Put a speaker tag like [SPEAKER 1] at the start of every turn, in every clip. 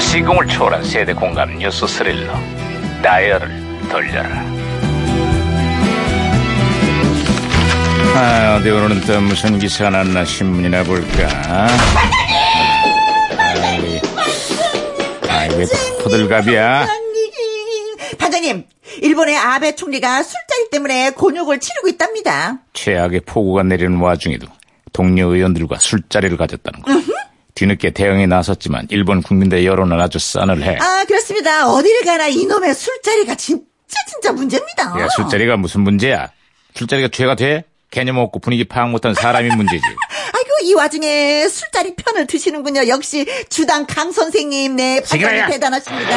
[SPEAKER 1] 시공을 초월한 세대 공감 뉴스 스릴러 다이얼을 돌려라 아 어디 오늘은 또 무슨 기사가 났나 신문이나 볼까 아이 아이 왜또 호들갑이야
[SPEAKER 2] 아. 반장님, 반장님, 일본의 아베 총리가 술자리 때문에 곤욕을 치르고 있답니다.
[SPEAKER 1] 최악의 폭우가 내리는 와중에도 동료 의원들과 술자리를 가졌다는 거 뒤늦게 대응에 나섰지만 일본 국민들의 여론은 아주 싸늘해
[SPEAKER 2] 아, 그렇습니다. 어딜 가나 이놈의 술자리가 진짜 진짜 문제입니다.
[SPEAKER 1] 야, 그러니까 예, 술자리가 무슨 문제야? 술자리가 죄가 돼? 개념 없고 분위기 파악 못한 사람이 문제지.
[SPEAKER 2] 아이고, 이 와중에 술자리 편을 드시는군요. 역시 주당 강 선생님, 네,
[SPEAKER 1] 시끄러워요.
[SPEAKER 2] 판단이 대단하십니다.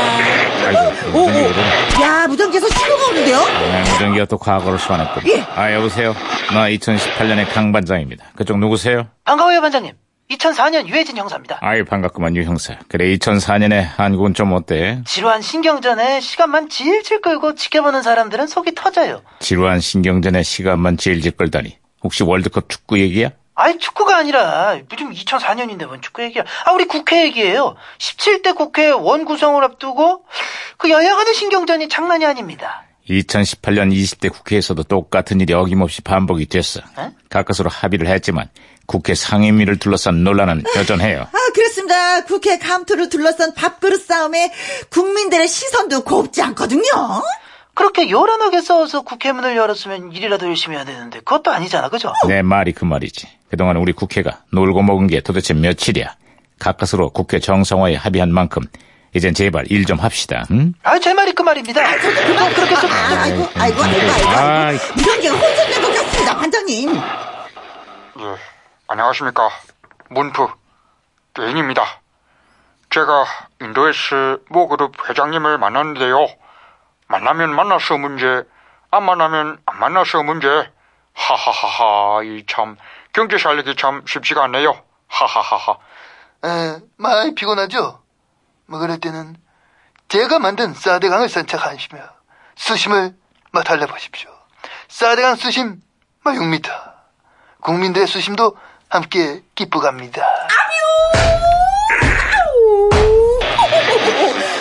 [SPEAKER 1] 아이고,
[SPEAKER 2] 오,
[SPEAKER 1] 무전기 이런.
[SPEAKER 2] 오, 야, 무전기에서 신호가 오는데요?
[SPEAKER 1] 아, 무전기가 또 과거로 소환했군.
[SPEAKER 2] 예.
[SPEAKER 1] 아, 여보세요? 나 2018년의 강반장입니다. 그쪽 누구세요?
[SPEAKER 3] 반가워요 반장님. 2004년 유해진 형사입니다.
[SPEAKER 1] 아이, 반갑구만, 유 형사. 그래, 2004년에 한국은 좀 어때?
[SPEAKER 3] 지루한 신경전에 시간만 질질 끌고 지켜보는 사람들은 속이 터져요.
[SPEAKER 1] 지루한 신경전에 시간만 질질 끌다니. 혹시 월드컵 축구 얘기야?
[SPEAKER 3] 아이 축구가 아니라 요즘 2004년인데 뭔 축구 얘기야? 아 우리 국회 얘기예요. 17대 국회 원 구성을 앞두고 그 여야 간의 신경전이 장난이 아닙니다.
[SPEAKER 1] 2018년 20대 국회에서도 똑같은 일이 어김없이 반복이 됐어.
[SPEAKER 3] 어?
[SPEAKER 1] 가까스로 합의를 했지만 국회 상임위를 둘러싼 논란은 여전해요.
[SPEAKER 2] 아, 그렇습니다. 국회 감투를 둘러싼 밥그릇 싸움에 국민들의 시선도 곱지 않거든요.
[SPEAKER 3] 그렇게 요란하게 싸워서 국회 문을 열었으면 일이라도 열심히 해야 되는데 그것도 아니잖아, 그죠?
[SPEAKER 1] 내 말이 그 말이지. 그동안 우리 국회가 놀고 먹은 게 도대체 며칠이야. 가까스로 국회 정상화에 합의한 만큼 이젠 제발 일 좀 합시다. 응?
[SPEAKER 3] 아 제 말이 그 말입니다. 그럼 그렇게 해서
[SPEAKER 2] 아, 아이고, 아이고, 아이고, 아이고,
[SPEAKER 1] 아이.
[SPEAKER 2] 아이고. 무전기가 혼선된 것 같습니다, 반장님.
[SPEAKER 4] 예, 안녕하십니까. 문프, 개인입니다. 제가 인도에스 모그룹 회장님을 만났는데요. 만나면 만나서 문제, 안 만나면 안 만나서 문제. 하하하하, 이 참, 경제 살리기 참 쉽지가 않네요. 하하하하.
[SPEAKER 5] 에, 많이 피곤하죠? 뭐 그럴 때는 제가 만든 사대강을 선착하시며 수심을 막 달려보십시오. 사대강 수심 막 6m. 국민들의 수심도 함께 기쁘갑니다.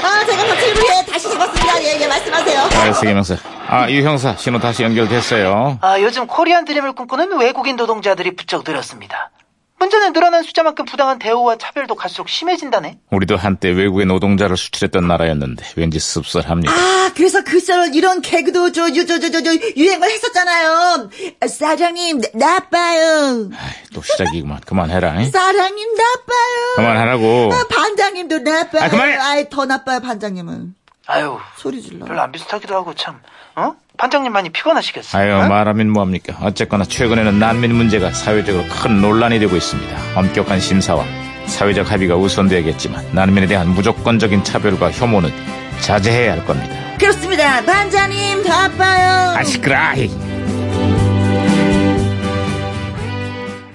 [SPEAKER 2] 아, 제가 며칠 후에 다시 집었습니다. 예, 예, 말씀하세요.
[SPEAKER 1] 알겠어, 이 형사. 아, 유 형사, 신호 다시 연결됐어요.
[SPEAKER 3] 아, 요즘 코리안 드림을 꿈꾸는 외국인 노동자들이 부쩍 늘었습니다. 문제는 늘어난 숫자만큼 부당한 대우와 차별도 갈수록 심해진다네.
[SPEAKER 1] 우리도 한때 외국의 노동자를 수출했던 나라였는데 왠지 씁쓸합니다.
[SPEAKER 2] 아, 그래서 그 시절 이런 개그도 저, 유, 저, 저, 저, 저, 유행을 했었잖아요. 사장님, 나- 나빠요.
[SPEAKER 1] 아이, 또 시작이구만. 그만해라. 잉?
[SPEAKER 2] 사장님, 나빠요.
[SPEAKER 1] 그만하라고.
[SPEAKER 2] 아, 반장님도 나빠요.
[SPEAKER 1] 아, 그만해.
[SPEAKER 2] 아이, 더 나빠요, 반장님은.
[SPEAKER 3] 아유,
[SPEAKER 2] 소리 질러.
[SPEAKER 3] 별로 안 비슷하기도 하고 참. 어? 반장님 많이 피곤하시겠어요.
[SPEAKER 1] 아유, 말하면 뭐합니까? 어쨌거나 최근에는 난민 문제가 사회적으로 큰 논란이 되고 있습니다. 엄격한 심사와 사회적 합의가 우선되겠지만 난민에 대한 무조건적인 차별과 혐오는 자제해야 할 겁니다. 아,
[SPEAKER 2] 그렇습니다. 반장님, 나빠요.
[SPEAKER 1] 시끄라.